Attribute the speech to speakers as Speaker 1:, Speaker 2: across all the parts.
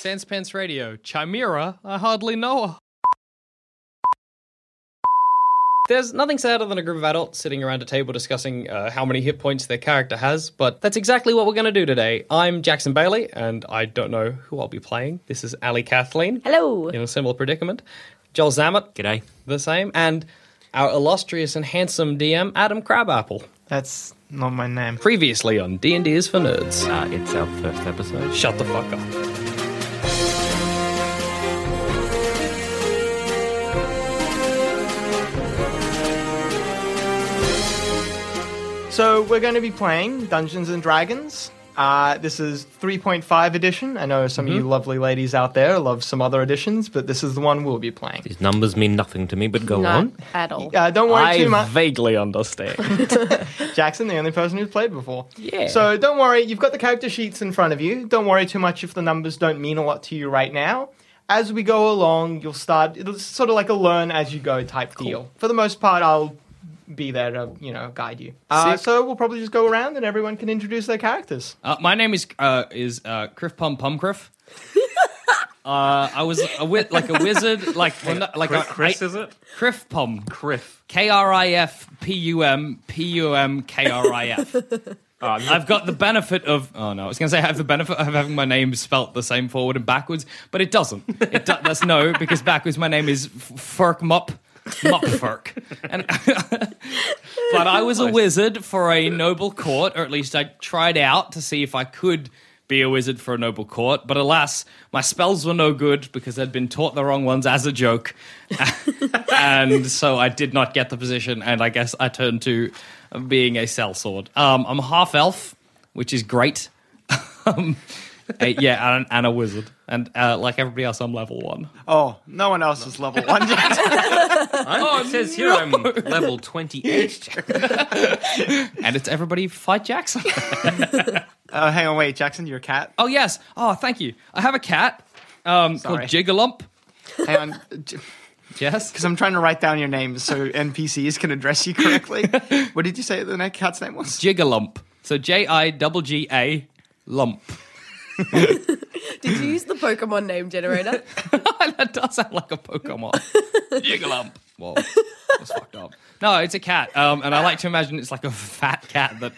Speaker 1: Sanspence Radio, Chimera, I hardly know her. There's nothing sadder than a group of adults sitting around a table discussing uh, how many hit points their character has, but that's exactly what we're going to do today. I'm Jackson Bailey, and I don't know who I'll be playing. This is Ali Kathleen
Speaker 2: Hello.
Speaker 1: in a similar predicament, Joel Zammett,
Speaker 3: G'day.
Speaker 1: the same, and our illustrious and handsome DM, Adam Crabapple,
Speaker 4: That's not my name.
Speaker 1: previously on D&D is for Nerds.
Speaker 3: Uh, it's our first episode.
Speaker 1: Shut the fuck up.
Speaker 4: So we're going to be playing Dungeons and Dragons. Uh, this is 3.5 edition. I know some of you lovely ladies out there love some other editions, but this is the one we'll be playing.
Speaker 3: These numbers mean nothing to me, but go
Speaker 2: Not
Speaker 3: on.
Speaker 2: at all.
Speaker 4: Uh, don't worry too much.
Speaker 1: vaguely understand.
Speaker 4: Jackson, the only person who's played before. Yeah. So don't worry, you've got the character sheets in front of you. Don't worry too much if the numbers don't mean a lot to you right now. As we go along, you'll start. It's sort of like a learn as you go type deal. For the most part, I'll be there to you know guide you. Uh,
Speaker 1: Sick.
Speaker 4: so we'll probably just go around and everyone can introduce their characters.
Speaker 1: uh, my name is uh, is uh, Criff Pum Pumcriff. Uh, I was a wi- like a wizard, like well, no, like a, I-
Speaker 3: it?
Speaker 1: Criff Pum,
Speaker 3: Criff.
Speaker 1: K R I F P U M P U M K R I F. I've got the benefit of oh no, I was going to say I have the benefit of having my name spelt the same forward and backwards, but it doesn't. It do- that's no because backwards my name is Furk Mup Mup Furk, and but I was a wizard for a noble court, or at least I tried out to see if I could be a wizard for a noble court. But alas, my spells were no good because I'd been taught the wrong ones as a joke, and so I did not get the position. And I guess I turned to being a sellsword. Um, I'm half elf, which is great. um, eh, yeah, and, and a wizard, and uh, like everybody else, I'm level one.
Speaker 4: Oh, no one else is level one. Jackson.
Speaker 3: Oh, it says here I'm level 28.
Speaker 1: And it's everybody fight Jackson.
Speaker 4: oh, hang on, wait, Jackson, you're a cat.
Speaker 1: oh yes, oh thank you. I have a cat um, called
Speaker 4: Sorry.
Speaker 1: Jigalump.
Speaker 4: Hang on, because
Speaker 1: Yes.
Speaker 4: I'm trying to write down your names so NPCs can address you correctly. what did you say the next cat's name was?
Speaker 1: Jigalump. So J I double G A lump.
Speaker 2: Did you use the Pokemon name generator?
Speaker 1: that does sound like a Pokemon. Jigalump. Whoa. That's fucked up. No, it's a cat. Um, and I like to imagine it's like a fat cat that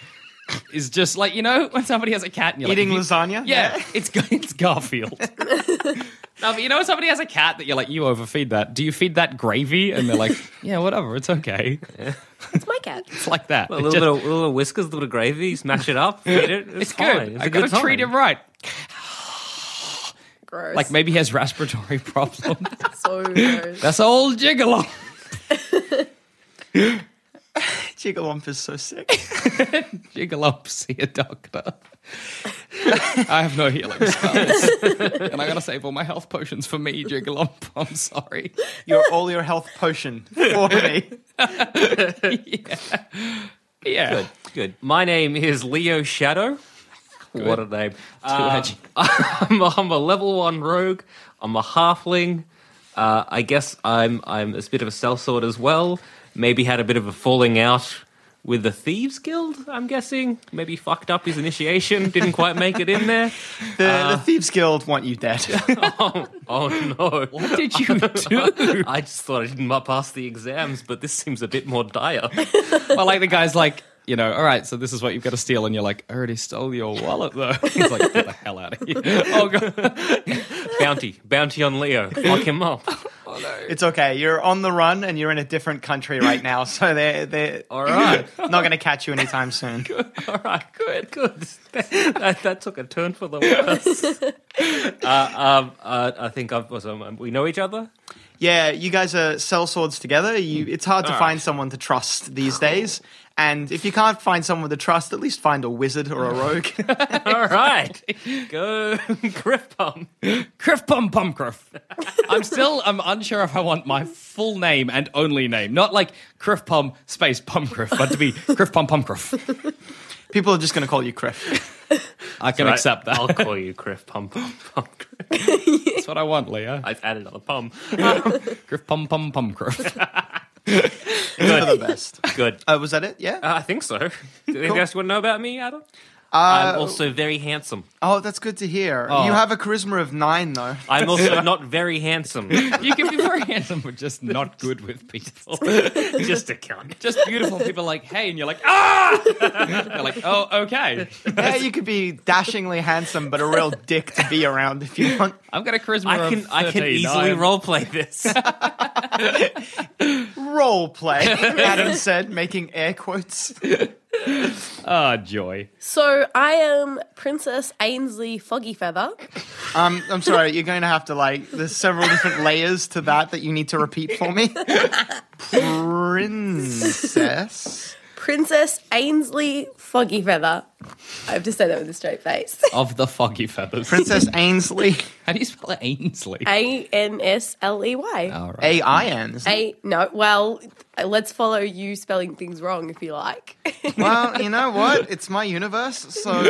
Speaker 1: is just like, you know, when somebody has a cat and you're
Speaker 4: Eating
Speaker 1: like, if you-
Speaker 4: lasagna.
Speaker 1: Yeah, it's Gar- it's Garfield. no, but you know when somebody has a cat that you're like, you overfeed that. Do you feed that gravy? And they're like, yeah, whatever, it's okay.
Speaker 2: it's my cat.
Speaker 1: It's like that.
Speaker 3: A
Speaker 1: It
Speaker 3: little,
Speaker 1: just-
Speaker 3: bit of, little whiskers, little gravy, smash it up, eat it. It's,
Speaker 1: it's
Speaker 3: fine.
Speaker 1: good.
Speaker 3: It's a
Speaker 1: I gotta
Speaker 3: good time.
Speaker 1: treat him right.
Speaker 2: Gross.
Speaker 1: Like maybe he has respiratory problems.
Speaker 2: so gross.
Speaker 1: That's old Jigalump.
Speaker 4: Jigalump is so sick.
Speaker 1: Jiggle up, see a doctor. I have no healing spells. and I gotta save all my health potions for me, Jiggle up. I'm sorry.
Speaker 4: You're all your health potion for me.
Speaker 1: Yeah.
Speaker 3: Good, good. My name is Leo Shadow. What a name. Uh,
Speaker 1: edgy.
Speaker 3: I'm, a, I'm a level one rogue. I'm a halfling. Uh, I guess I'm I'm a bit of a sellsword as well. Maybe had a bit of a falling out with the thieves guild. I'm guessing maybe fucked up his initiation. Didn't quite make it in there.
Speaker 4: The,
Speaker 3: Uh.
Speaker 4: the Thieves Guild want you dead.
Speaker 3: Oh no!
Speaker 1: What did you do?
Speaker 3: I just thought I didn't pass the exams, but this seems a bit more dire.
Speaker 1: well, like the guy's like, you know, all right, so this is what you've got to steal. And you're like, I already stole your wallet, though. He's like, get the hell out of here. Oh, God.
Speaker 3: Bounty, bounty on Leo. Fuck him up.
Speaker 4: it's okay. You're on the run and you're in a different country right now, so they're they're
Speaker 3: All right.
Speaker 4: not going to catch you anytime soon.
Speaker 3: All right, good, good. that, that took a turn for the worse. uh, um, uh, I think I've, was, um, we know each other.
Speaker 4: Yeah, you guys are sell swords together. You, it's hard to
Speaker 3: Mm. All
Speaker 4: find
Speaker 3: right.
Speaker 4: someone to trust these days. And if you can't find someone to trust, at least find a wizard or a rogue.
Speaker 3: All right, go Griffbum.
Speaker 1: Criff Pum Pum Criff. I'm still I'm unsure if I want my full name and only name. Not like Criff Pum space Pum Criff, but to be Criff Pum Pum Criff.
Speaker 4: People are just going to call you Criff.
Speaker 1: I can accept that.
Speaker 3: I'll call you Griff Pum Pum Pum. Griff.
Speaker 1: That's what I want, Leah.
Speaker 3: I've added another pum.
Speaker 1: Griff pum pum pum griff.
Speaker 4: You're the best.
Speaker 3: Good.
Speaker 4: Uh, was that it? Yeah.
Speaker 3: Uh, I think so. Do you think else you want to know about me, Adam? I'm also very handsome.
Speaker 4: Oh, that's good to hear. You have a charisma of nine, though.
Speaker 3: I'm also not very handsome.
Speaker 1: You can be very handsome, but just not good with people.
Speaker 3: Just a cunt.
Speaker 1: Just beautiful people like, hey, and you're like, ah! You're like, oh, okay.
Speaker 4: Yeah, you could be dashingly handsome, but a real dick to be around if you want.
Speaker 1: I've got a charisma
Speaker 3: I
Speaker 1: of
Speaker 3: can I can
Speaker 1: 13.
Speaker 3: easily
Speaker 1: I'm-
Speaker 3: roleplay this.
Speaker 4: Role play, Adam said, making air quotes.
Speaker 1: Ah, joy.
Speaker 2: So I am Princess Ainsley Foggy Feather.
Speaker 4: Um, I'm sorry, you're going to have to, like, there's several different layers to that that you need to repeat for me. Princess.
Speaker 2: Princess Ainsley Foggy Feather. I have to say that with a straight face.
Speaker 1: Of the foggy feathers.
Speaker 4: Princess Ainsley.
Speaker 1: How do you spell it? Ainsley.
Speaker 2: A N S L E
Speaker 3: Oh.
Speaker 2: Y.
Speaker 1: All right.
Speaker 4: A I N. isn't it?
Speaker 2: A no. Well, let's follow you spelling things wrong if you like.
Speaker 4: Well, you know what? It's my universe, so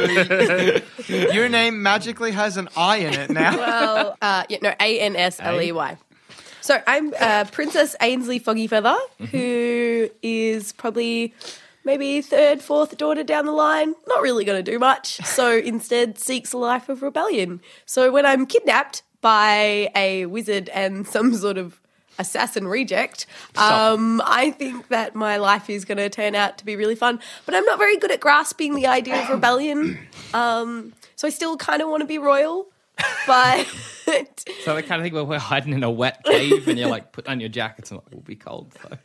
Speaker 4: your name magically has an I in it now.
Speaker 2: well, uh, yeah, no, A N S L E Y. So I'm uh, Princess Ainsley Foggy Feather, who is probably maybe third, fourth daughter down the line. Not really going to do much. So instead, seeks a life of rebellion. So when I'm kidnapped by a wizard and some sort of assassin reject, um, I think that my life is going to turn out to be really fun. But I'm not very good at grasping the idea of rebellion. Um, so I still kind of want to be royal. But
Speaker 1: So the kind of thing where we're hiding in a wet cave and you're like, put on your jackets and like, we'll be cold. though.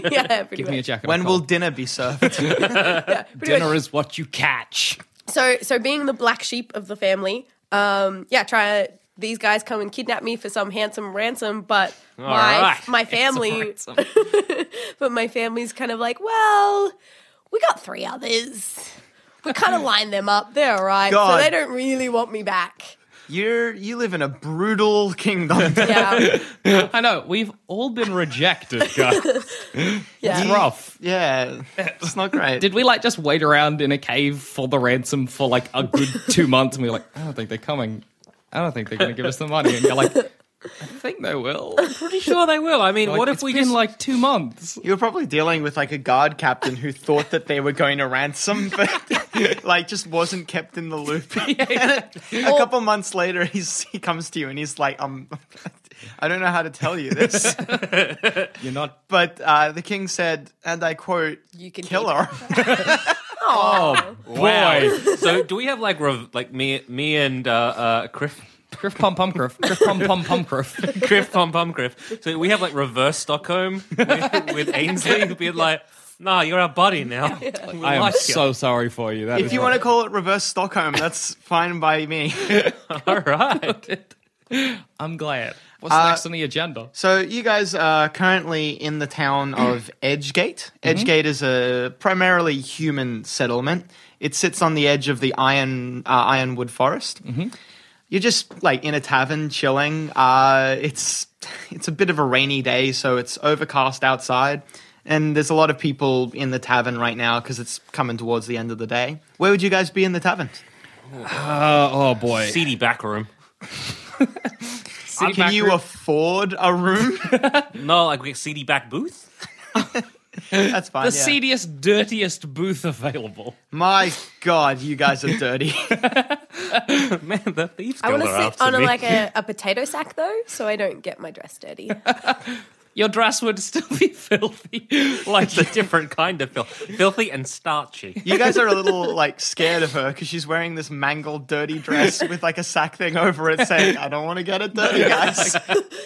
Speaker 2: yeah, pretty
Speaker 1: Give me a
Speaker 2: much.
Speaker 1: jacket. I'm
Speaker 4: When will
Speaker 1: cold.
Speaker 4: dinner be served?
Speaker 2: Pretty much.
Speaker 1: dinner is what you catch?
Speaker 2: So, so being the black sheep of the family, um, yeah, try these guys come and kidnap me for some handsome ransom, but my
Speaker 3: right.
Speaker 2: my family,
Speaker 1: It's a
Speaker 2: but my family's kind of like, well, we got three others. We kind of lined them up. They're all right,
Speaker 4: God.
Speaker 2: so they don't really want me back.
Speaker 4: You're you live in a brutal kingdom.
Speaker 2: Yeah,
Speaker 1: ransom. I know. We've all been rejected, guys. It's
Speaker 2: yeah.
Speaker 1: rough.
Speaker 4: yeah, it's not great.
Speaker 1: Did we like just wait around in a cave for the ransom for like a good two months? And we were like, I don't think they're coming. I don't think they're going to give us the money. And you're like, I think they will.
Speaker 3: Pretty sure they will. I mean,
Speaker 1: Like,
Speaker 3: what if
Speaker 1: it's
Speaker 3: we
Speaker 1: been
Speaker 3: just
Speaker 1: like two months?
Speaker 4: you were probably dealing with like a guard captain who thought that they were going to ransom, but like just wasn't kept in the loop. And a couple months later, he's, he comes to you and he's like, um, I don't know how to tell you this,
Speaker 1: You're not.
Speaker 4: but uh, the king said, and I quote,
Speaker 2: You can
Speaker 4: kill
Speaker 2: keep-
Speaker 4: her.
Speaker 1: Oh, boy.
Speaker 3: so do we have like rev- like me me and uh, uh, Griff
Speaker 1: Griff pom pom griff. Griff pom pom pom griff.
Speaker 3: Griff Pom Pom Griff? So we have like reverse Stockholm with, with Ainsley being like, "Nah, you're our buddy now." We
Speaker 1: I am
Speaker 3: like you.
Speaker 1: so sorry for you. That
Speaker 4: If you want to call it reverse Stockholm, that's fine by me.
Speaker 3: all right.
Speaker 1: I'm glad. What's
Speaker 4: Uh,
Speaker 1: next on the agenda?
Speaker 4: So you guys are currently in the town of Edgegate. Edgegate is a primarily human settlement. It sits on the edge of the Iron uh, Ironwood Forest. You're just like in a tavern chilling. Uh, it's it's a bit of a rainy day, so it's overcast outside, and there's a lot of people in the tavern right now because it's coming towards the end of the day. Where would you guys be in the tavern?
Speaker 1: Oh, oh boy.
Speaker 3: Seedy back room.
Speaker 4: Can you afford a room?
Speaker 3: No, like we get seedy back booth.
Speaker 4: That's fine.
Speaker 1: the
Speaker 4: yeah.
Speaker 1: seediest, dirtiest booth available.
Speaker 4: My God, you guys are dirty.
Speaker 3: Man, the thieves.
Speaker 2: I want
Speaker 3: guild
Speaker 2: to
Speaker 3: are
Speaker 2: sit
Speaker 3: after
Speaker 2: on a,
Speaker 3: me.
Speaker 2: like a, a potato sack though, so I don't get my dress dirty.
Speaker 1: Your dress would still be filthy. Like
Speaker 3: It's a different kind of filth, filthy and starchy.
Speaker 4: You guys are a little like scared of her because she's wearing this mangled, dirty dress with like a sack thing over it, saying, "I don't want to get it dirty, guys."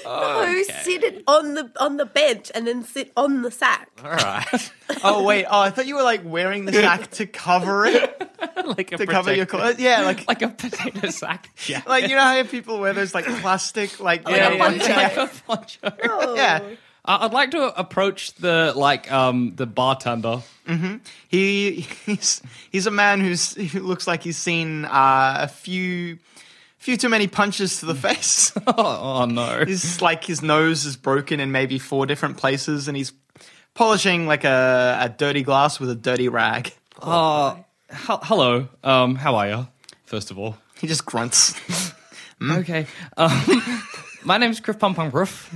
Speaker 2: No, sit it on the on the bench and then sit on the sack.
Speaker 3: All right,
Speaker 4: oh wait, oh I thought you were like wearing the sack to cover it,
Speaker 3: like a
Speaker 4: to cover your
Speaker 3: protect-
Speaker 4: clothes. Yeah, like
Speaker 1: like a potato sack. Yeah.
Speaker 4: like you know how people wear those like plastic, like
Speaker 2: a
Speaker 4: Oh, yeah, yeah,
Speaker 2: poncho.
Speaker 4: yeah.
Speaker 1: Like a poncho.
Speaker 2: Oh.
Speaker 4: Yeah.
Speaker 1: I- I'd like to approach the like um the bartender.
Speaker 4: He he's he's a man who's who looks like he's seen uh, a few few too many punches to the face.
Speaker 1: Oh, oh no.
Speaker 4: His like his nose is broken in maybe four different places, and he's polishing like a, a dirty glass with a dirty rag.
Speaker 1: Uh, hel- hello. Um, how are you? First of all.
Speaker 4: He just grunts.
Speaker 1: Okay. Um, my name's Griff Pum Pum Griff.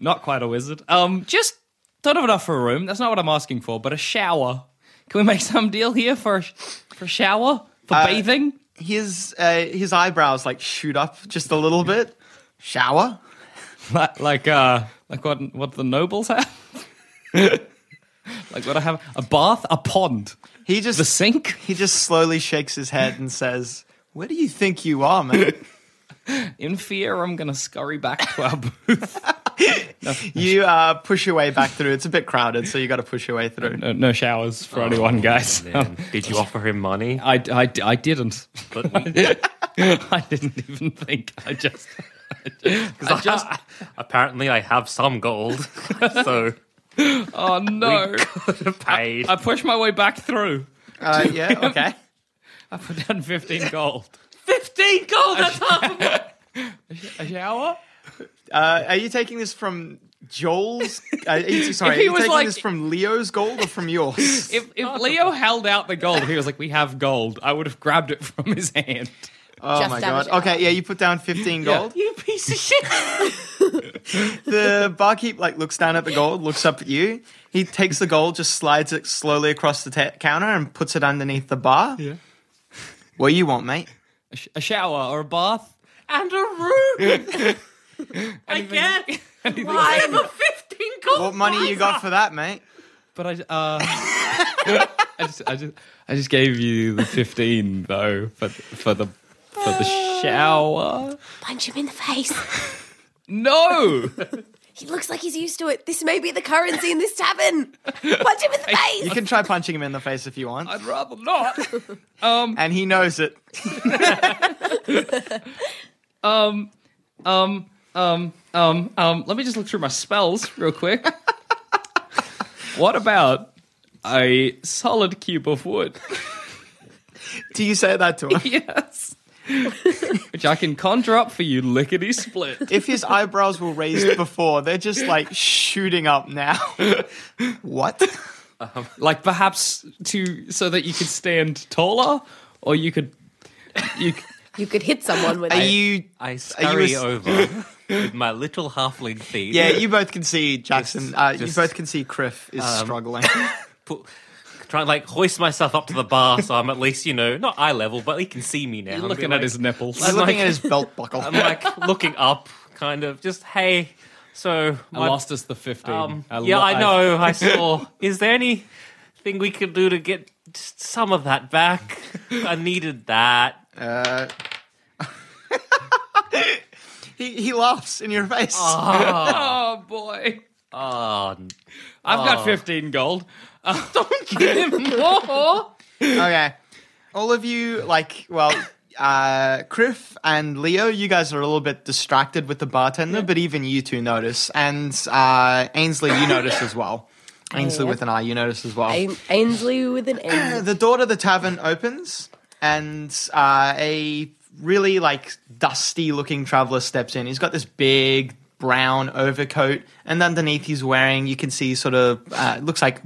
Speaker 1: Not quite a wizard. Um, just don't have enough for a room. That's not what I'm asking for, but a shower. Can we make some deal here for for shower for bathing?
Speaker 4: His uh, his eyebrows like shoot up just a little bit. Shower.
Speaker 1: Like like uh like what what the nobles have? like what I have a bath, a pond,
Speaker 4: He just
Speaker 1: the sink.
Speaker 4: he just slowly shakes his head and says, "Where do you think you are, man?
Speaker 1: In fear, I'm gonna scurry back to our booth.
Speaker 4: You uh, push your way back through. It's a bit crowded, so you got to push your way through."
Speaker 1: No, no showers for anyone, guys. Um,
Speaker 3: Oh, Did you offer him money?
Speaker 1: I, I, I didn't.
Speaker 3: But we-
Speaker 1: I didn't even think. I just. I just.
Speaker 3: apparently, I have some gold, so
Speaker 1: Oh no!
Speaker 3: paid.
Speaker 1: I pushed my way back through.
Speaker 4: Uh, yeah, okay.
Speaker 1: I put down fifteen gold.
Speaker 3: Fifteen gold. That's half of my-
Speaker 1: A shower?
Speaker 4: Uh, are you taking this from Joel's? Uh, are you- sorry,
Speaker 1: If
Speaker 4: are
Speaker 1: he
Speaker 4: you
Speaker 1: was
Speaker 4: taking
Speaker 1: like-
Speaker 4: this from Leo's gold or from yours?
Speaker 1: If, if Leo held out the gold, he was like, "We have gold." I would have grabbed it from his hand.
Speaker 4: oh
Speaker 2: Just
Speaker 4: my
Speaker 2: damage
Speaker 4: god.
Speaker 2: it.
Speaker 4: Okay, yeah, you put down fifteen gold.
Speaker 3: you piece of shit.
Speaker 4: The barkeep like looks down at the gold, looks up at you. He takes the gold, just slides it slowly across the ta counter, and puts it underneath the bar.
Speaker 1: Yeah.
Speaker 4: What you want, mate?
Speaker 1: A, sh- a shower or a bath?
Speaker 3: and a room. I get. Why am I fifteen gold?
Speaker 4: What money you got for that, mate?
Speaker 1: But I, uh, I just, I just, I just gave you the fifteen though for for the for the
Speaker 3: Uh.
Speaker 1: shower.
Speaker 2: Punch him in the face.
Speaker 1: No,
Speaker 2: He looks like he's used to it. This may be the currency in this tavern. Punch him in the
Speaker 4: You
Speaker 2: face.
Speaker 4: can try punching him in the face if you want,
Speaker 1: I'd rather not.
Speaker 4: and he knows it.
Speaker 1: Um, um, let me just look through my spells real quick. what about a solid cube of wood?
Speaker 4: Do you say that to him?
Speaker 1: yes. Which I can conjure up for you lickety split.
Speaker 4: if his eyebrows were raised before, they're just like shooting up now. what?
Speaker 1: Like perhaps to so that you could stand taller or you could you c-
Speaker 2: You could hit someone with
Speaker 4: Are
Speaker 2: it.
Speaker 4: Uh, you?
Speaker 3: I scurry
Speaker 4: s-
Speaker 3: over with my little halfling feet.
Speaker 4: Yeah, you both can see Jackson. Uh,
Speaker 3: Just-
Speaker 4: you both can see Criff is struggling.
Speaker 3: Pu- try and like hoist myself up to the bar so I'm at least you know not eye level, but he can see me now.
Speaker 1: you're
Speaker 3: and be
Speaker 1: looking
Speaker 3: like-
Speaker 1: at his nipples.
Speaker 4: He's looking
Speaker 3: like-
Speaker 4: at his belt buckle.
Speaker 3: I'm like looking up, kind of just hey. So
Speaker 1: I
Speaker 3: my-
Speaker 1: lost us the fifteen.
Speaker 3: Um,
Speaker 1: I
Speaker 3: yeah,
Speaker 1: lo-
Speaker 3: I know. I saw. Is there anything we could do to get just some of that back? I needed that.
Speaker 4: Uh, he he laughs in your face.
Speaker 1: Oh boy.
Speaker 3: Oh, n-
Speaker 1: I've got fifteen gold.
Speaker 3: Oh. don't give him more.
Speaker 4: Okay, all of you like well. Uh, Criff and Leo, you guys are a little bit distracted with the bartender, but even you two notice, and uh, Ainsley, you notice as well. Ainsley
Speaker 2: yeah.
Speaker 4: with an eye, you notice as well.
Speaker 2: Ain- Ainsley with an N.
Speaker 4: the door to the tavern opens, and uh, a really like dusty looking traveler steps in. He's got this big brown overcoat, and underneath he's wearing you can see sort of uh, it looks like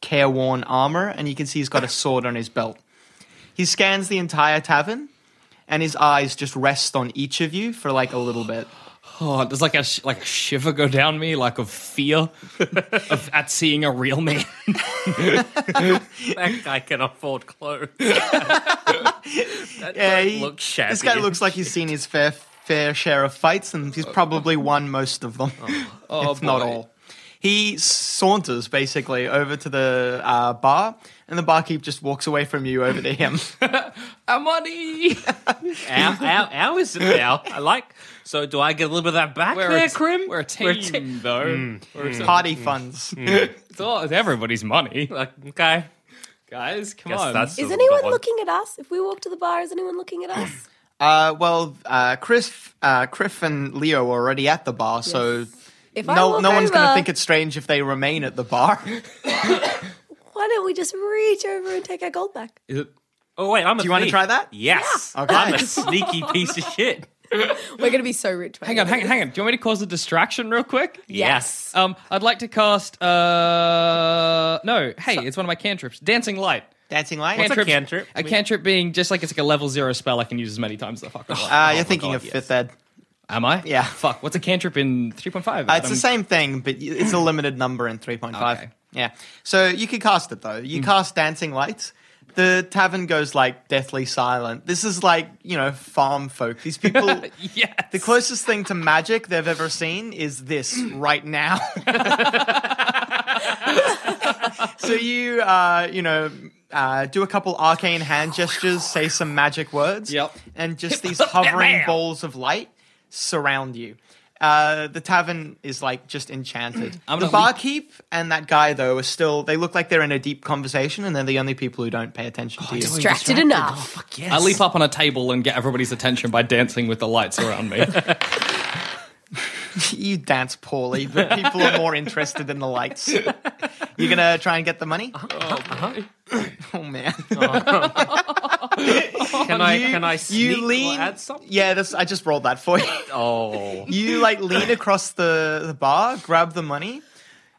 Speaker 4: careworn armor, and you can see he's got a sword on his belt. He scans the entire tavern, and his eyes just rest on each of you for like a little bit.
Speaker 1: Oh, does like a sh- like a shiver go down me, like of fear of at seeing a real man.
Speaker 3: That guy can afford clothes.
Speaker 4: Yeah, he-
Speaker 3: look shabby.
Speaker 4: This guy looks like he's seen his fair fair share of fights,
Speaker 3: Uh,
Speaker 4: and he's probably won most of them,
Speaker 3: Oh,
Speaker 4: if not
Speaker 1: boy.
Speaker 4: all. He saunters basically over to the uh, bar, and the barkeep just walks away from you over to him.
Speaker 1: Our money.
Speaker 3: How, how, how is it now? I like. So do I get a little bit of that back
Speaker 1: We're
Speaker 3: there,
Speaker 1: a-
Speaker 3: Krim?
Speaker 1: We're a team,
Speaker 3: We're a team.
Speaker 1: though. We're a-
Speaker 4: Party
Speaker 3: Mm.
Speaker 4: funds.
Speaker 1: It's, all, it's everybody's money,
Speaker 3: Like, okay.
Speaker 1: guys. Come
Speaker 3: Guess
Speaker 1: on.
Speaker 3: that's
Speaker 2: Is
Speaker 3: the
Speaker 2: anyone
Speaker 3: one.
Speaker 2: looking at us? If we walk to the bar, is anyone looking at us?
Speaker 4: Uh, well, uh, Chris, uh, Criff, and Leo are already at the bar, so
Speaker 2: If I
Speaker 4: no,
Speaker 2: walk
Speaker 4: no one's going to
Speaker 2: over,
Speaker 4: think it's strange if they remain at the bar.
Speaker 2: Why don't we just reach over and take our gold back?
Speaker 1: Is it-
Speaker 3: Oh wait, I'm a.
Speaker 4: Do you want to
Speaker 3: thief.
Speaker 4: try that?
Speaker 3: Yes.
Speaker 4: Okay.
Speaker 3: I'm a sneaky piece of shit.
Speaker 2: We're gonna be so rich.
Speaker 1: hang on, hang on, hang on. Do you want me to cause a distraction real quick?
Speaker 3: Yes.
Speaker 1: Um, I'd like to cast. Uh, no. Hey, it's one of my cantrips, Dancing Light.
Speaker 4: Dancing light. Uh,
Speaker 3: What's a cantrip?
Speaker 1: A cantrip being just like it's like a level zero spell. I can use as many times as I fucking
Speaker 3: Oh,
Speaker 1: want.
Speaker 4: uh, you're thinking
Speaker 3: God,
Speaker 4: of
Speaker 3: yes.
Speaker 4: fifth ed.
Speaker 1: Am I?
Speaker 4: yeah.
Speaker 1: Fuck. What's a cantrip in three point five?
Speaker 4: Uh, it's the same thing, but y- it's a limited number in 3.5.
Speaker 1: Okay.
Speaker 4: Yeah. So you could cast it though. You cast Dancing Lights. The tavern goes like deathly silent. This is like, you know, farm folk. These people
Speaker 1: Yes.
Speaker 4: The closest thing to magic they've ever seen is this right now. so you, uh, you know, uh, do a couple arcane hand gestures, say some magic words,
Speaker 1: Yep.
Speaker 4: and just these hovering
Speaker 1: Bam.
Speaker 4: balls of light surround you. Uh, the tavern is like just enchanted.
Speaker 1: I'm gonna
Speaker 4: the
Speaker 1: leap-
Speaker 4: barkeep and that guy though are still. They look like they're in a deep conversation, and they're the only people who don't pay attention to you.
Speaker 2: Distracted enough.
Speaker 1: I leap up on a table and get everybody's attention by dancing with the lights around me.
Speaker 4: you dance poorly, but people are more interested in the lights. You're gonna try and get the money?
Speaker 3: Uh-huh.
Speaker 4: Oh man!
Speaker 3: Can I? Can I sneak
Speaker 4: you lean.
Speaker 3: or add something?
Speaker 4: Yeah, this, I just rolled that for you.
Speaker 3: Oh,
Speaker 4: You like lean across the, the bar, grab the money.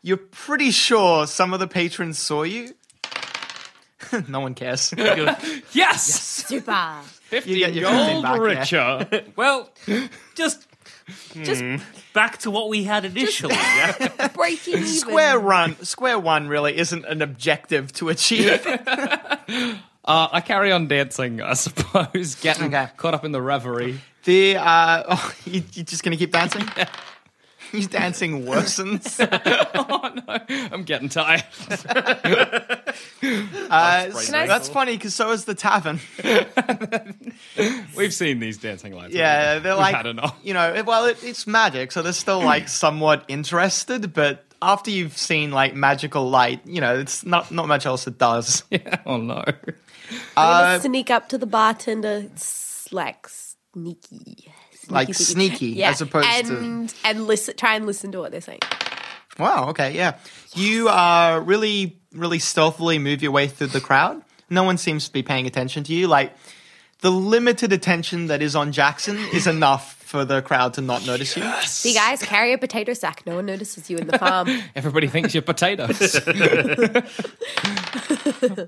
Speaker 4: You're pretty sure some of the patrons saw you. no one cares. You
Speaker 3: good.
Speaker 1: yes,
Speaker 2: Super.
Speaker 4: get your
Speaker 1: gold
Speaker 4: fifteen back, yeah.
Speaker 1: richer.
Speaker 3: Well, just
Speaker 2: Just
Speaker 4: Hmm.
Speaker 3: back to what we had initially. yeah?
Speaker 2: breaking even.
Speaker 4: Square run, square one really isn't an objective to achieve.
Speaker 1: Uh, I carry on dancing, I suppose, getting
Speaker 4: Okay.
Speaker 1: caught up in the reverie.
Speaker 4: The uh, oh, you, you're just gonna keep dancing. He's dancing worsens.
Speaker 1: I'm getting tired.
Speaker 4: Uh,
Speaker 2: Can I-
Speaker 4: that's funny because so is the tavern.
Speaker 1: We've seen these dancing lights.
Speaker 4: Yeah, they're
Speaker 1: We've
Speaker 4: like
Speaker 1: had enough.
Speaker 4: you know. it- Well, it, it's magic, so they're still like somewhat interested. But after you've seen like magical light, you know, it's not not much else it does.
Speaker 1: Yeah, oh no.
Speaker 2: I'm gonna
Speaker 4: Uh,
Speaker 2: sneak up to the bartender. It's like sneaky.
Speaker 4: Like sneaky, as opposed
Speaker 2: and,
Speaker 4: to
Speaker 2: and listen, try and listen to what they're saying.
Speaker 4: wow. Okay, yeah, you uh, really really stealthily move your way through the crowd. No one seems to be paying attention to you. Like the limited attention that is on Jackson is enough for the crowd to not notice you.
Speaker 2: See, guys, carry a potato sack. No one notices you in the farm.
Speaker 1: Everybody thinks you're potatoes.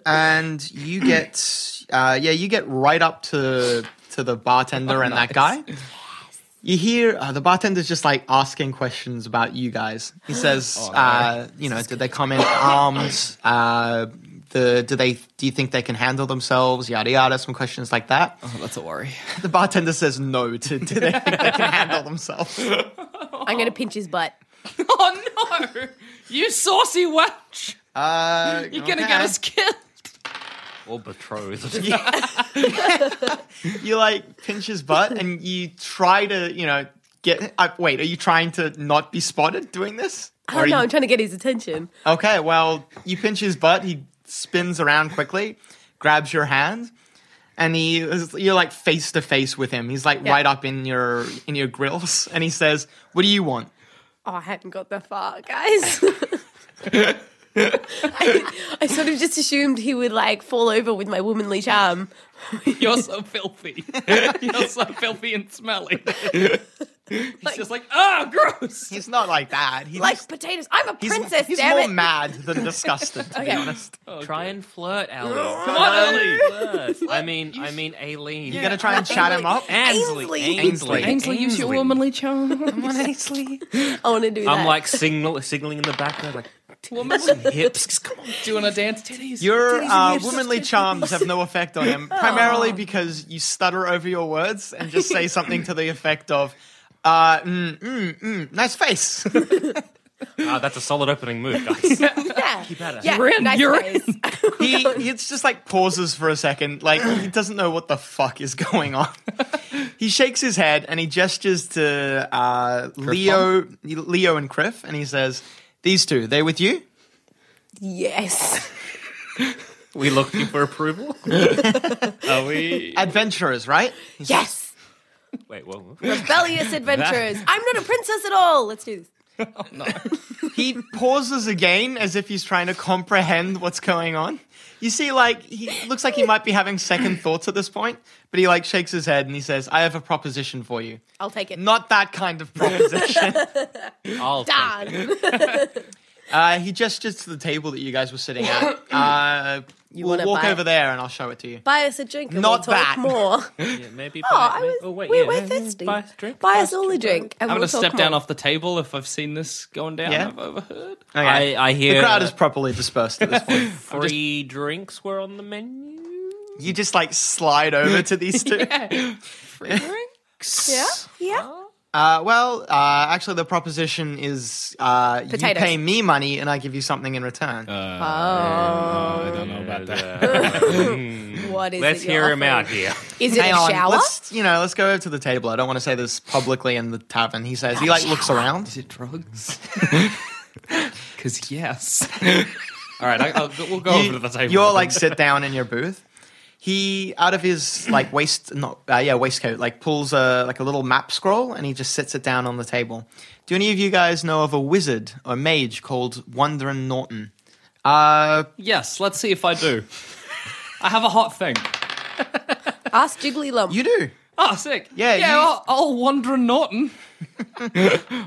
Speaker 4: and you get uh, yeah you get right up to to the bartender
Speaker 1: Oh,
Speaker 4: and that guy you hear uh, the bartender's just like asking questions about you guys he says
Speaker 1: Oh,
Speaker 4: uh, you know did they come in arms uh, the, do they do you think they can handle themselves yada yada some questions like that
Speaker 1: Oh, That's a worry.
Speaker 4: the bartender says no to do they think they can handle themselves
Speaker 2: I'm gonna pinch his butt.
Speaker 1: Oh no! You saucy wench!
Speaker 4: uh,
Speaker 1: You're gonna get us killed.
Speaker 3: or betrothed.
Speaker 4: you like pinch his butt and you try to you know get uh, wait are you trying to not be spotted doing this
Speaker 2: I
Speaker 4: Or are
Speaker 2: don't know.
Speaker 4: you-
Speaker 2: Oh, I'm trying to get his attention.
Speaker 4: okay well you pinch his butt he spins around quickly grabs your hand and he is, you're like face to face with him he's like right up in your in your grills and he says what do you want
Speaker 2: Oh, I hadn't got that far, guys. I, I sort of just assumed he would like fall over with my womanly charm.
Speaker 1: You're so filthy. You're so filthy and smelly. He's just like, oh, gross.
Speaker 4: he's not like that he's
Speaker 2: Like potatoes. I'm a
Speaker 4: he's,
Speaker 2: princess,
Speaker 4: he's
Speaker 2: damn
Speaker 4: more
Speaker 2: it.
Speaker 4: mad than disgusted to be
Speaker 2: Okay.
Speaker 4: honest
Speaker 1: Oh,
Speaker 3: Try and flirt, Ellie.
Speaker 1: Come on, Ellie.
Speaker 3: I mean, I mean, Aileen.
Speaker 4: you're gonna try and chat him up
Speaker 3: Ainsley.
Speaker 2: Ainsley.
Speaker 4: Ainsley.
Speaker 1: Ainsley, use your womanly charm.
Speaker 2: I want to do that.
Speaker 3: I'm like signal signaling in the background, like
Speaker 1: Womanly
Speaker 3: hips. Come on.
Speaker 1: Do you want to dance titties?
Speaker 4: Your uh, womanly charms have no effect on him, primarily because you stutter over your words and just say something to the effect of, uh, mm, mm, mm, nice face.
Speaker 3: Ah, that's a solid opening move, guys.
Speaker 2: yeah.
Speaker 3: at it.
Speaker 2: yeah,
Speaker 1: You're in,
Speaker 2: nice
Speaker 1: you're
Speaker 2: face.
Speaker 4: he, he it's just like pauses for a second, like he doesn't know what the fuck is going on. he shakes his head and he gestures to uh, Leo, Leo and Criff, and he says, "These two, they with you?"
Speaker 2: Yes.
Speaker 3: we look you for approval.
Speaker 1: Are we?
Speaker 4: Adventurers, right?
Speaker 2: Yes.
Speaker 3: Wait, well,
Speaker 2: Rebellious adventurers. I'm not a princess at all. Let's do this.
Speaker 4: he pauses again as if he's trying to comprehend what's going on. You see, like, he looks like he might be having second thoughts at this point, but he, like, shakes his head and he says, I have a proposition for you.
Speaker 2: I'll take it.
Speaker 4: Not that kind of proposition.
Speaker 3: I'll take
Speaker 2: Done.
Speaker 4: uh, he gestures to the table that you guys were sitting at. Uh,
Speaker 2: You
Speaker 4: We'll
Speaker 2: want to
Speaker 4: walk
Speaker 2: buy
Speaker 4: over there and I'll show it to you.
Speaker 2: buy us a drink and
Speaker 4: Not
Speaker 2: we'll talk
Speaker 4: that.
Speaker 2: more.
Speaker 3: Yeah, maybe.
Speaker 2: Oh,
Speaker 3: buy-
Speaker 2: I
Speaker 3: may-
Speaker 2: was.
Speaker 3: oh, wait,
Speaker 2: we,
Speaker 3: yeah,
Speaker 2: We're
Speaker 3: yeah,
Speaker 2: thirsty.
Speaker 3: Buy us a drink.
Speaker 2: Buy us all a drink. And
Speaker 1: I'm
Speaker 2: we'll
Speaker 1: going to
Speaker 2: talk
Speaker 1: step down
Speaker 2: more.
Speaker 1: off the table if I've seen this going down.
Speaker 4: Yeah.
Speaker 1: I've overheard.
Speaker 3: I,
Speaker 4: Okay.
Speaker 3: uh, I hear
Speaker 4: the crowd is properly dispersed at this point.
Speaker 3: three drinks were on the menu.
Speaker 4: you just like slide over to these two.
Speaker 2: Yeah, yeah.
Speaker 4: Uh, well, uh, actually, the proposition is uh, you
Speaker 2: Potatoes.
Speaker 4: pay me money and I give you something in return.
Speaker 1: Uh. I don't know about that.
Speaker 2: oh, what is
Speaker 3: Let's
Speaker 2: it? you're
Speaker 3: hear him
Speaker 2: offering?
Speaker 3: out here.
Speaker 2: Is it a shower?
Speaker 4: Let's you know, let's go over to the table. I don't want to say this publicly in the tavern. He says he like looks around.
Speaker 1: Is it drugs? Because yes. All right, I, I'll, we'll go over to the table.
Speaker 4: are like sit down in your booth. He out of his like waist not uh, yeah waistcoat like pulls a like a little map scroll and he just sits it down on the table. Do any of you guys know of a wizard or mage called Wonderin Norton? Uh,
Speaker 1: yes. Let's see if I do. I have a hot thing.
Speaker 2: Ask Jiggly
Speaker 4: you do.
Speaker 1: Ah, sick.
Speaker 4: Yeah,
Speaker 1: yeah.
Speaker 4: you-
Speaker 1: I'll, I'll wander in Norton.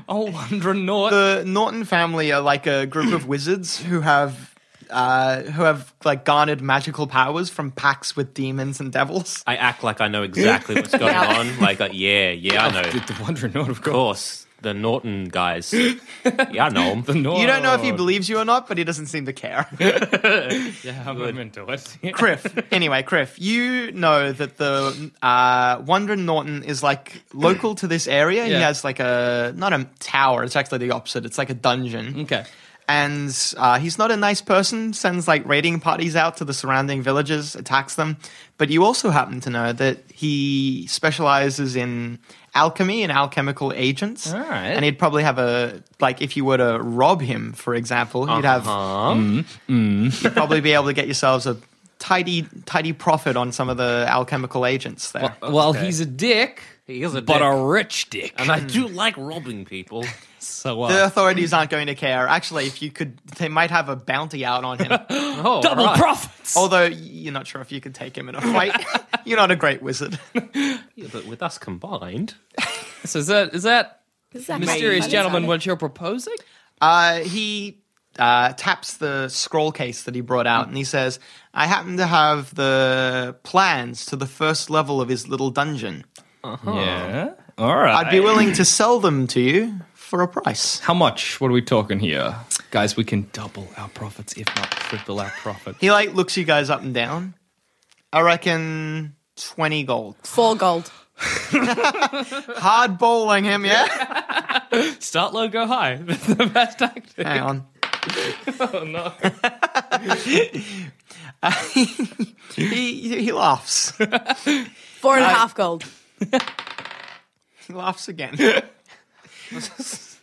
Speaker 1: I'll wander in Norton.
Speaker 4: the Norton family are like a group of wizards who have uh, who have like garnered magical powers from pacts with demons and devils.
Speaker 3: I act like I know exactly what's going
Speaker 2: Yeah.
Speaker 3: on. Like, uh, yeah, yeah, I know. Of
Speaker 1: The, the wander in Norton, of course.
Speaker 3: course, the Norton guys. Yeah, I know
Speaker 1: The
Speaker 3: them.
Speaker 1: Norton.
Speaker 4: You don't know if
Speaker 1: Oh.
Speaker 4: he believes you or not, but he doesn't seem to care.
Speaker 1: Yeah, I'm into it.
Speaker 4: Criff. Anyway, Criff, you know that the uh, Wondren Norton is like local to this area. He
Speaker 1: Yeah.
Speaker 4: has like a not a tower. It's actually the opposite. It's like a dungeon.
Speaker 1: okay.
Speaker 4: and uh, he's not a nice person. Sends like raiding parties out to the surrounding villages, attacks them. But you also happen to know that he specializes in alchemy and alchemical agents.
Speaker 1: All right.
Speaker 4: And he'd probably have a like if you were to rob him, for example, you'd have
Speaker 3: Uh-huh.
Speaker 4: Mm. you'd probably be able to get yourselves a tidy tidy profit on some of the alchemical agents there.
Speaker 1: Well, well, he's a dick,
Speaker 3: He is a
Speaker 1: but
Speaker 3: dick.
Speaker 1: a rich dick.
Speaker 3: and I do like robbing people.
Speaker 1: so uh,
Speaker 4: the authorities aren't going to care. Actually, if you could, they might have a bounty out on him.
Speaker 3: Oh,
Speaker 1: double
Speaker 3: alright.
Speaker 1: profits.
Speaker 4: Although you're not sure if you could take him in a fight. you're not a great wizard.
Speaker 3: Yeah, but with us combined,
Speaker 1: So is that is that
Speaker 2: Lum.
Speaker 1: mysterious gentleman what you're proposing?
Speaker 4: Uh, he uh, taps the scroll case that he brought out and he says, I happen to have the plans to the first level of his little dungeon.
Speaker 1: Yeah. All right.
Speaker 4: I'd be willing to sell them to you for a price.
Speaker 1: How much? What are we talking here, guys? We can double our profits, if not triple our profit.
Speaker 4: He like looks you guys up and down. I reckon 20 gold.
Speaker 2: Four gold.
Speaker 4: Hard bowling him, yeah?
Speaker 1: Start low, go high. That's the best tactic.
Speaker 4: Hang on.
Speaker 1: Oh no.
Speaker 4: He, he laughs.
Speaker 2: Four and
Speaker 1: Uh,
Speaker 2: a half gold.
Speaker 4: He laughs again.
Speaker 3: if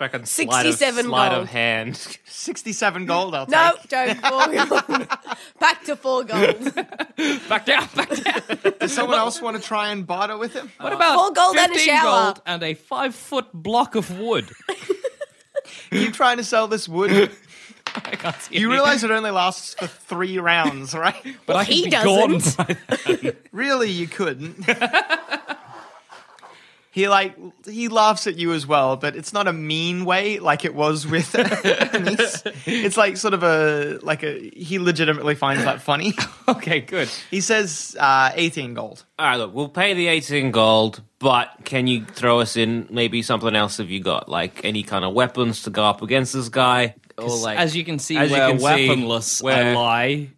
Speaker 3: I can slide of-
Speaker 2: 67
Speaker 3: sleight
Speaker 2: gold.
Speaker 3: of hand.
Speaker 4: 67 gold, I'll
Speaker 2: No,
Speaker 4: take.
Speaker 2: joke. Four gold. Back to four gold.
Speaker 1: Back down. Back down.
Speaker 4: Does someone else want to try and barter with him?
Speaker 1: What about
Speaker 2: Four gold and a
Speaker 1: 15
Speaker 2: shower.
Speaker 1: gold and a five foot block of wood?
Speaker 4: you trying to sell this wood?
Speaker 1: I can't see
Speaker 4: You
Speaker 1: any-
Speaker 4: realize it only lasts for three rounds, right?
Speaker 1: but I can
Speaker 2: he
Speaker 1: be gone.
Speaker 2: doesn't.
Speaker 1: by then.
Speaker 4: Really, you couldn't. he like he laughs at you as well, but it's not a mean way like it was with Anis. It's like sort of a like a he legitimately finds that funny.
Speaker 1: okay, good.
Speaker 4: He says uh, eighteen gold.
Speaker 3: All right, look, we'll pay the 18 gold, but can you throw us in maybe something else have you got? Like any kind of weapons to go up against this guy? Or like,
Speaker 1: As you can see,
Speaker 3: as you
Speaker 1: we're
Speaker 3: can see,
Speaker 1: weaponless. I
Speaker 3: we're-
Speaker 1: lie.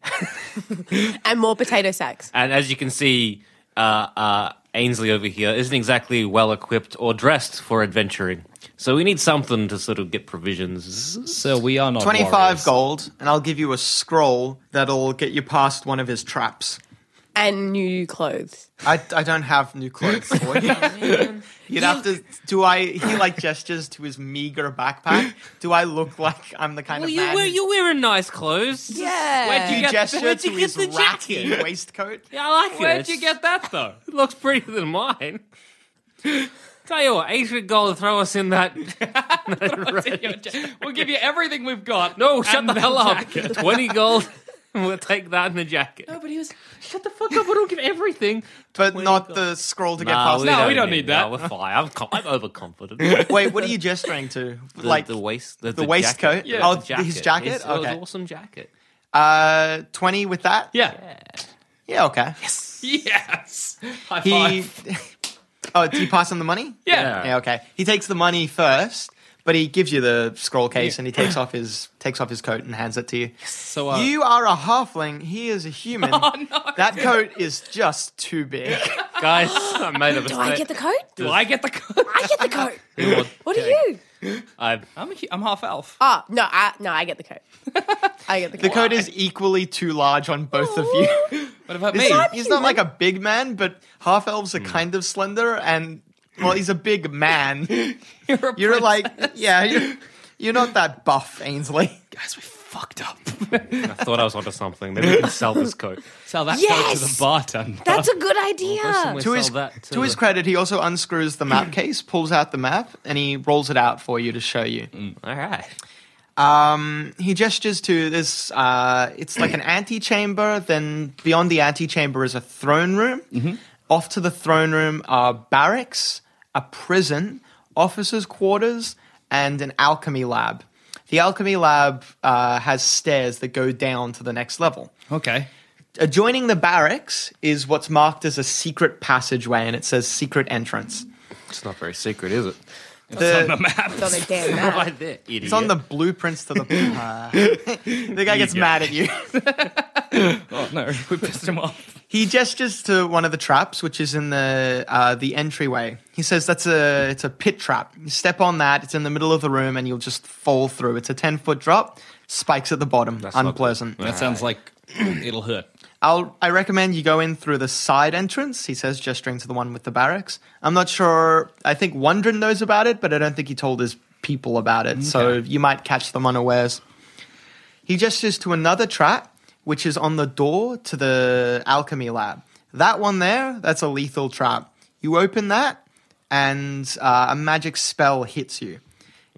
Speaker 2: and more potato sacks.
Speaker 3: And as you can see, uh, uh, Ainsley over here isn't exactly well equipped or dressed for adventuring. So we need something to sort of get provisions.
Speaker 1: So we are not
Speaker 4: Twenty-five
Speaker 1: warriors.
Speaker 4: gold, and I'll give you a scroll that'll get you past one of his traps.
Speaker 2: And new clothes.
Speaker 4: I, I don't have new clothes for you.
Speaker 3: Oh,
Speaker 4: You'd have to. Do I? He like gestures to his meager backpack. Do I look like I'm the kind
Speaker 3: Well,
Speaker 4: of
Speaker 3: you
Speaker 4: man?
Speaker 3: wear, you're wearing nice clothes.
Speaker 2: Yeah.
Speaker 3: Where'd you
Speaker 4: who
Speaker 3: get,
Speaker 4: gesture
Speaker 3: where'd
Speaker 4: to
Speaker 3: you get
Speaker 4: his
Speaker 3: the
Speaker 4: ratty
Speaker 3: jacket?
Speaker 4: waistcoat.
Speaker 3: Yeah, I like it.
Speaker 1: Where'd you
Speaker 3: It's-
Speaker 1: get that though?
Speaker 3: It looks prettier than mine. Tell you what, Adrian Gold, throw us in that.
Speaker 1: we'll give you everything we've got.
Speaker 3: No, shut
Speaker 1: and
Speaker 3: the hell up.
Speaker 1: jacket.
Speaker 3: 20 gold, and we'll take that in the jacket. No, but he was, shut the fuck up, we don't give everything.
Speaker 4: But not the scroll to get past.
Speaker 1: No,
Speaker 4: it.
Speaker 1: we don't need that.
Speaker 3: we're fine. I'm, com- I'm overconfident. the,
Speaker 4: Wait, what are you gesturing to? like
Speaker 3: the waist, the,
Speaker 4: the
Speaker 3: jacket.
Speaker 4: waistcoat?
Speaker 3: Yeah,
Speaker 4: Oh,
Speaker 3: the
Speaker 4: his jacket?
Speaker 3: It's- it was
Speaker 4: Okay.
Speaker 3: awesome jacket.
Speaker 4: Uh, 20 with that?
Speaker 1: Yeah.
Speaker 4: Yeah, okay.
Speaker 1: Yes. High
Speaker 4: He.
Speaker 1: five.
Speaker 4: oh, do you pass him the money?
Speaker 1: Yeah.
Speaker 4: Yeah, okay. He takes the money first, but he gives you the scroll case and he takes off his takes off his coat and hands it to you.
Speaker 1: So uh,
Speaker 4: You are a halfling. He is a human.
Speaker 1: Oh,
Speaker 4: That coat is just too big.
Speaker 3: Guys, I made a mistake.
Speaker 2: Do I get the coat?
Speaker 1: do I get the? co-
Speaker 2: I get the coat. What do you?
Speaker 3: I've
Speaker 1: I'm a, hu- I'm half elf.
Speaker 4: Uh,
Speaker 2: Oh no, I no, I get the coat. I get the coat.
Speaker 4: The coat is equally too large on both of you.
Speaker 1: What about me?
Speaker 4: He's, he's not like a big man, but half elves
Speaker 1: Hmm.
Speaker 4: are kind of slender and well, he's a big man.
Speaker 1: You're, a
Speaker 4: You're
Speaker 1: prince.
Speaker 4: like, yeah, you're, you're not that buff, Ainsley.
Speaker 1: guys, we fucked up.
Speaker 3: thought I was onto something. Maybe we can sell this coat.
Speaker 1: Sell that coat to the
Speaker 2: Yes!
Speaker 1: bartender.
Speaker 2: That's a good idea.
Speaker 3: Personally,
Speaker 4: to
Speaker 3: sell
Speaker 4: his,
Speaker 3: that
Speaker 4: to his
Speaker 3: the-
Speaker 4: credit, he also unscrews the map case, pulls out the map, and he rolls it out for you to show you.
Speaker 3: All right.
Speaker 4: He gestures to this. Uh, it's like an antechamber. Then beyond the antechamber is a throne room.
Speaker 3: Mm-hmm.
Speaker 4: Off to the throne room are barracks, a prison, officers' quarters, and an alchemy lab. The alchemy lab uh, has stairs that go down to the next level.
Speaker 1: Okay.
Speaker 4: adjoining the barracks is what's marked as a secret passageway and it says secret entrance.
Speaker 3: It's not very secret, is it?
Speaker 4: The-
Speaker 1: On the map.
Speaker 2: It's on a damn map.
Speaker 3: Right there, idiot.
Speaker 4: it's on the blueprints to the. Uh, the guy gets mad at you.
Speaker 1: Oh no, we pissed him off.
Speaker 4: He gestures to one of the traps, which is in the uh, the entryway. He says that's a it's a pit trap. You step on that, it's in the middle of the room, and you'll just fall through. It's a ten foot drop, spikes at the bottom,
Speaker 3: not good.
Speaker 4: unpleasant.
Speaker 1: That sounds like it'll hurt.
Speaker 4: I'll, I recommend you go in through the side entrance, he says, gesturing to the one with the barracks. I'm not sure. I think Wondren knows about it, but I don't think he told his people about it, so you might catch them unawares. He gestures to another trap, which is on the door to the alchemy lab. That one there, that's a lethal trap. You open that, and uh, a magic spell hits you.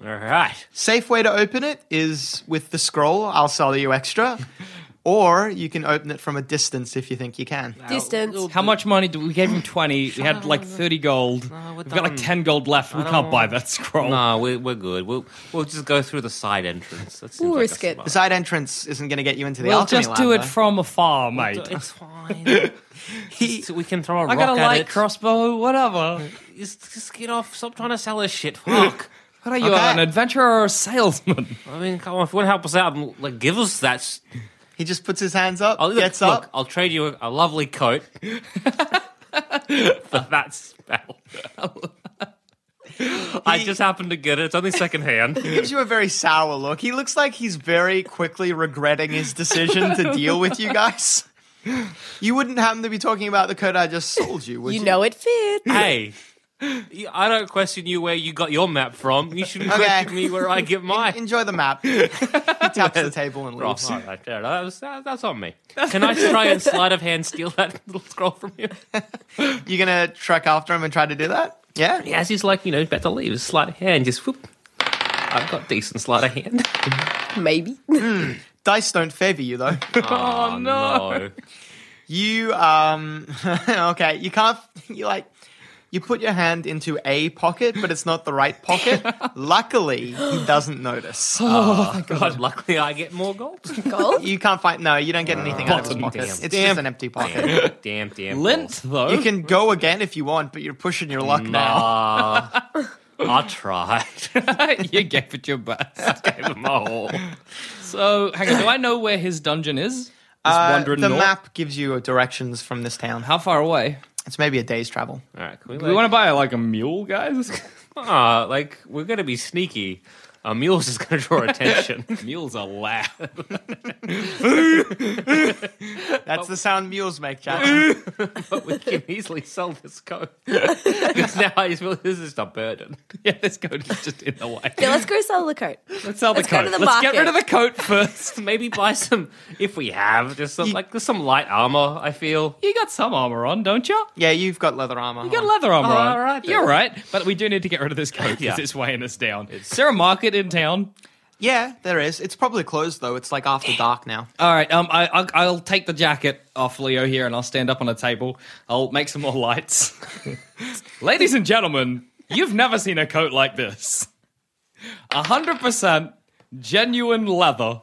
Speaker 3: All right.
Speaker 4: Safe way to open it is with the scroll. I'll sell you extra. Or you can open it from a distance if you think you can.
Speaker 2: Distance.
Speaker 1: How much money did we gave him? Twenty. we had like thirty gold. We've got like
Speaker 3: done.
Speaker 1: ten gold left. We can't buy that scroll.
Speaker 3: No, we're, we're good. We'll we'll just go through the side entrance. That seems
Speaker 2: We'll
Speaker 3: like a
Speaker 2: risk it.
Speaker 4: The
Speaker 3: smart-
Speaker 4: side entrance isn't going to get you into the
Speaker 1: We'll
Speaker 4: alchemy
Speaker 1: just
Speaker 4: lab,
Speaker 1: do it
Speaker 4: though.
Speaker 1: from afar, mate.
Speaker 3: It's fine. Just- we can throw
Speaker 1: I
Speaker 3: a rock
Speaker 1: got a
Speaker 3: at
Speaker 1: light
Speaker 3: it.
Speaker 1: crossbow, whatever.
Speaker 3: Just, just get off. Stop trying to sell us shit. Fuck.
Speaker 1: What are you,
Speaker 4: Okay.
Speaker 1: an adventurer or a salesman?
Speaker 3: I mean, come on. If you want to help us out, like, give us that. s-
Speaker 4: He just puts his hands up,
Speaker 3: Oh, look,
Speaker 4: gets
Speaker 3: look,
Speaker 4: up.
Speaker 3: I'll trade you a, a lovely coat for that spell. I just happened to get it. It's only secondhand.
Speaker 4: Gives you a very sour look. He looks like he's very quickly regretting his decision to deal with you guys. You wouldn't happen to be talking about the code I just sold you, would you?
Speaker 2: You know it fits.
Speaker 3: hey, you- I don't question you where you got your map from. You shouldn't
Speaker 4: Okay.
Speaker 3: question me where I get mine.
Speaker 4: Enjoy the map. he taps the table and
Speaker 3: Oh,
Speaker 4: leaves.
Speaker 3: all right, fair enough. That was- that- That's on me. Can I try and sleight of hand steal that little scroll from you?
Speaker 4: You gonna trek after him and try to do that? Yeah.
Speaker 3: As he's like, you know, about to leave, sleight of hand, just whoop. I've got decent sleight of hand.
Speaker 2: Maybe.
Speaker 4: Dice don't favour you though.
Speaker 3: Oh, no.
Speaker 4: You um okay, you can't you like you put your hand into a pocket, but it's not the right pocket. Luckily, he doesn't notice.
Speaker 3: God, luckily I get more gold.
Speaker 2: Gold.
Speaker 4: You can't find no, you don't get anything out of his
Speaker 1: Bottom.
Speaker 4: pocket. It's
Speaker 3: Damn.
Speaker 4: just
Speaker 3: Damn.
Speaker 4: an empty pocket.
Speaker 3: damn, damn, damn.
Speaker 1: Lint, though.
Speaker 4: You can go again if you want, but you're pushing your luck now.
Speaker 3: Nah. I tried.
Speaker 1: you gave it your best.
Speaker 3: Gave him a hole.
Speaker 1: So, hang on. Do I know where his dungeon is? This
Speaker 4: Uh,
Speaker 1: wandering
Speaker 4: the
Speaker 1: north?
Speaker 4: map gives you directions from this town.
Speaker 1: How far away?
Speaker 4: It's maybe a day's travel.
Speaker 3: All right, can we,
Speaker 1: Do we want to
Speaker 3: want
Speaker 1: buy like a mule, guys?
Speaker 3: to. Uh, like, we're going to be sneaky. A mule's just going to draw attention.
Speaker 1: Mules are loud. Oh.
Speaker 4: That's the sound mules make, Jackson.
Speaker 3: but we can easily sell this coat. because now I just feel this is a burden.
Speaker 1: yeah, this coat is just in the way.
Speaker 2: Yeah, let's go sell the coat.
Speaker 1: Let's sell the
Speaker 2: Let's go
Speaker 1: coat.
Speaker 2: to the
Speaker 1: Let's get
Speaker 2: market.
Speaker 1: rid of the coat first.
Speaker 3: Maybe buy some, if we have, just some,
Speaker 4: You-
Speaker 3: like, there's some light armor, I feel.
Speaker 1: You got some armor on, don't you?
Speaker 4: yeah, you've got leather armor.
Speaker 1: You got leather armor
Speaker 3: Oh,
Speaker 1: on.
Speaker 3: all right then.
Speaker 1: You're right, but we do need to get rid of this coat because
Speaker 3: Yeah.
Speaker 1: it's weighing us down. Is there a market in town?
Speaker 4: yeah, there is. It's probably closed though. It's like after dark now.
Speaker 1: All right, um, I, I'll, I'll take the jacket off Leo here, and I'll stand up on a table. I'll make some more lights. Ladies and gentlemen, you've never seen a coat like this. hundred percent genuine leather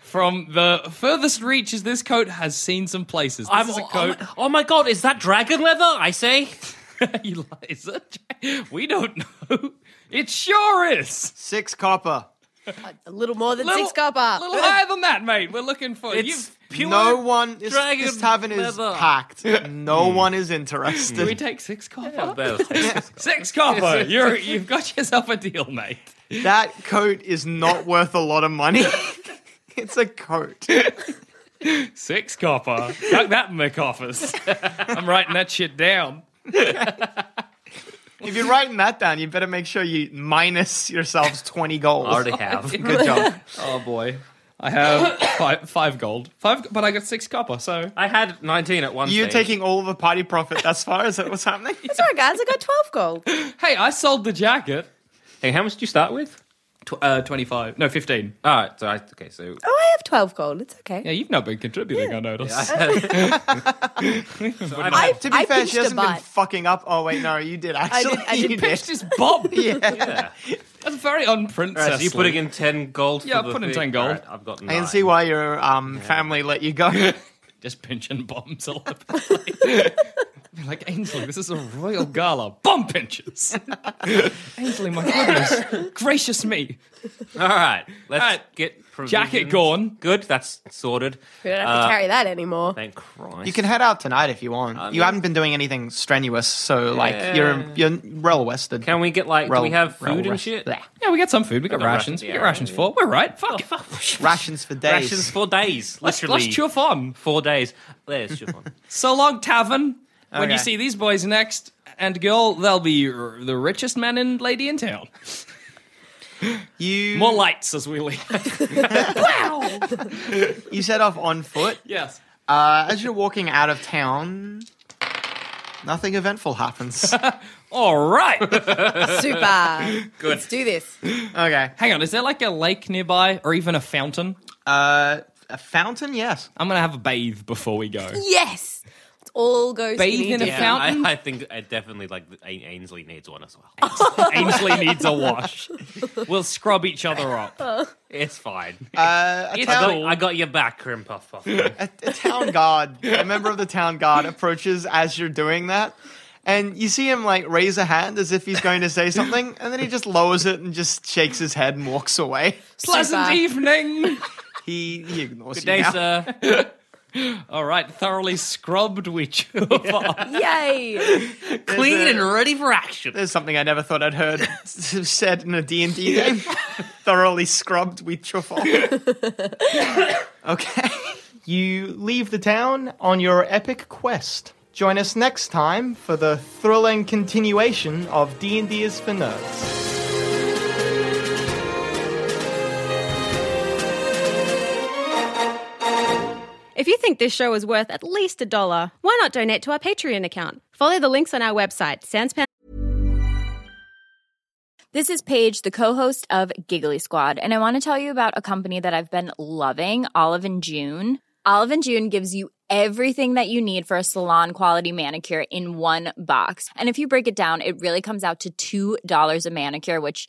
Speaker 1: From the furthest reaches this coat has seen some places. This
Speaker 3: I'm,
Speaker 1: is a
Speaker 3: oh,
Speaker 1: coat.
Speaker 3: my, oh my god, is that dragon leather? I say.
Speaker 1: You li- is it? We don't know. It sure is.
Speaker 4: Six copper.
Speaker 2: A little more than
Speaker 1: Little-
Speaker 2: six copper.
Speaker 1: little higher than that, mate. We're looking for
Speaker 3: It's
Speaker 1: you.
Speaker 3: pure.
Speaker 4: no one is.
Speaker 3: dragon
Speaker 4: This tavern is
Speaker 3: leather.
Speaker 4: packed. No one is
Speaker 1: Can we
Speaker 4: interested.
Speaker 1: take six copper?
Speaker 3: Yeah.
Speaker 1: Six copper. You're, you've got yourself a deal, mate.
Speaker 4: that coat is not worth a lot of money. it's a coat.
Speaker 1: Six copper. Chuck that in my coffers. I'm writing that shit down.
Speaker 4: If you're writing that down, you better make sure you minus yourselves 20 gold.
Speaker 3: Already have.
Speaker 4: Good job.
Speaker 1: Oh boy, I have five, five gold. Five, but I got six copper. So
Speaker 3: I had 19 at one
Speaker 4: You're
Speaker 3: stage.
Speaker 4: taking all of the party profit thus far? Is that what's happening?
Speaker 2: Sorry, guys, I got 12 gold.
Speaker 1: hey, I sold the jacket.
Speaker 3: Hey, how much did you start with?
Speaker 1: Tw- uh, Twenty-five. No, fifteen.
Speaker 3: All right, so I, okay, so
Speaker 2: Oh, I have 12 gold. It's okay.
Speaker 1: Yeah, you've not been contributing. I noticed.
Speaker 2: I,
Speaker 4: to be
Speaker 2: I
Speaker 4: fair,
Speaker 2: pinched
Speaker 4: she
Speaker 2: a
Speaker 4: hasn't been
Speaker 2: butt.
Speaker 4: fucking up. Oh, wait, no, you did actually.
Speaker 2: I did
Speaker 4: you
Speaker 1: Pinched his bob.
Speaker 4: Yeah.
Speaker 1: That's very on print.
Speaker 3: Alright, so you're putting in 10 gold for
Speaker 1: Yeah,
Speaker 3: the
Speaker 1: I put in 10
Speaker 3: thing.
Speaker 1: gold.
Speaker 3: Alright, I've got nine.
Speaker 4: I can see why your um, family let you go.
Speaker 1: just pinching bombs all over the place. Be like Ainsley, this is a royal gala. Bomb pinches. Ainsley, my goodness, gracious me.
Speaker 3: All right, let's
Speaker 1: Alright.
Speaker 3: get provisions.
Speaker 1: Jacket gone.
Speaker 3: Good, that's sorted.
Speaker 2: We don't have to carry that anymore.
Speaker 3: Thank Christ.
Speaker 4: you can head out tonight if you want. you
Speaker 3: mean-
Speaker 4: haven't been doing anything strenuous, so like you're you're well rested.
Speaker 3: Can we get like?
Speaker 4: Well-
Speaker 3: do we have
Speaker 4: well
Speaker 3: food and
Speaker 4: rest-
Speaker 3: shit?
Speaker 4: Blech.
Speaker 1: Yeah, we got some food. We got
Speaker 3: got
Speaker 1: rations.
Speaker 3: rations,
Speaker 1: we
Speaker 3: yeah,
Speaker 1: got rations
Speaker 3: yeah.
Speaker 1: for. We're right. Fuck it.
Speaker 4: Rations for days.
Speaker 3: Rations for days,
Speaker 1: Let's,
Speaker 3: literally.
Speaker 1: let's chuff on.
Speaker 3: Four days. There's your one.
Speaker 1: So long, tavern. When you
Speaker 4: Okay.
Speaker 1: see these boys next and girl, they'll be r- the richest man and lady in town.
Speaker 4: You
Speaker 1: More lights as we leave. wow.
Speaker 4: you set off on foot.
Speaker 1: Yes.
Speaker 4: Uh, as you're walking out of town, nothing eventful happens.
Speaker 1: All right.
Speaker 2: Super. Good. Let's do this.
Speaker 4: okay.
Speaker 1: Hang on. Is there like a lake nearby or even a fountain?
Speaker 4: Uh, a fountain, yes.
Speaker 1: I'm gonna have a bathe before we go.
Speaker 2: Yes. Let's all go
Speaker 1: Bathe
Speaker 2: skinny
Speaker 1: in a
Speaker 2: dip.
Speaker 1: fountain.
Speaker 3: I, I think I definitely like the- Ain- Ainsley needs one as well.
Speaker 1: Ainsley needs a wash. We'll scrub each other up.
Speaker 3: It's fine.
Speaker 4: Uh, a
Speaker 1: It's
Speaker 4: town-
Speaker 1: cool.
Speaker 3: I got your back, Crim Puff Puff.
Speaker 4: a, a town guard, a member of the town guard approaches as you're doing that. And you see him like raise a hand as if he's going to say something, and then he just lowers it and just shakes his head and walks away.
Speaker 1: Pleasant
Speaker 2: Super.
Speaker 1: evening.
Speaker 4: He, he ignores
Speaker 3: Day,
Speaker 4: you. now.
Speaker 3: sir.
Speaker 1: All right, thoroughly scrubbed we chew up.
Speaker 2: Yay.
Speaker 3: Clean
Speaker 4: a-
Speaker 3: and ready for action.
Speaker 4: There's something I never thought I'd heard s- said in a D&D game. Thoroughly scrubbed with truffle. okay. You leave the town on your epic quest. Join us next time for the thrilling continuation of D&D is for Nerds.
Speaker 5: If you think this show is worth at least a dollar, why not donate to our Patreon account? Follow the links on our website, Sanspan.
Speaker 6: This is Paige, the co-host of Giggly Squad, and I want to tell you about a company that I've been loving, Olive and June. Olive and June gives you everything that you need for a salon quality manicure in one box. And if you break it down, it really comes out to $2 a manicure, which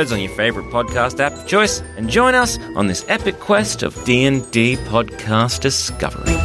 Speaker 7: on your favorite podcast app of choice and join us on this epic quest of D&D podcast discovery.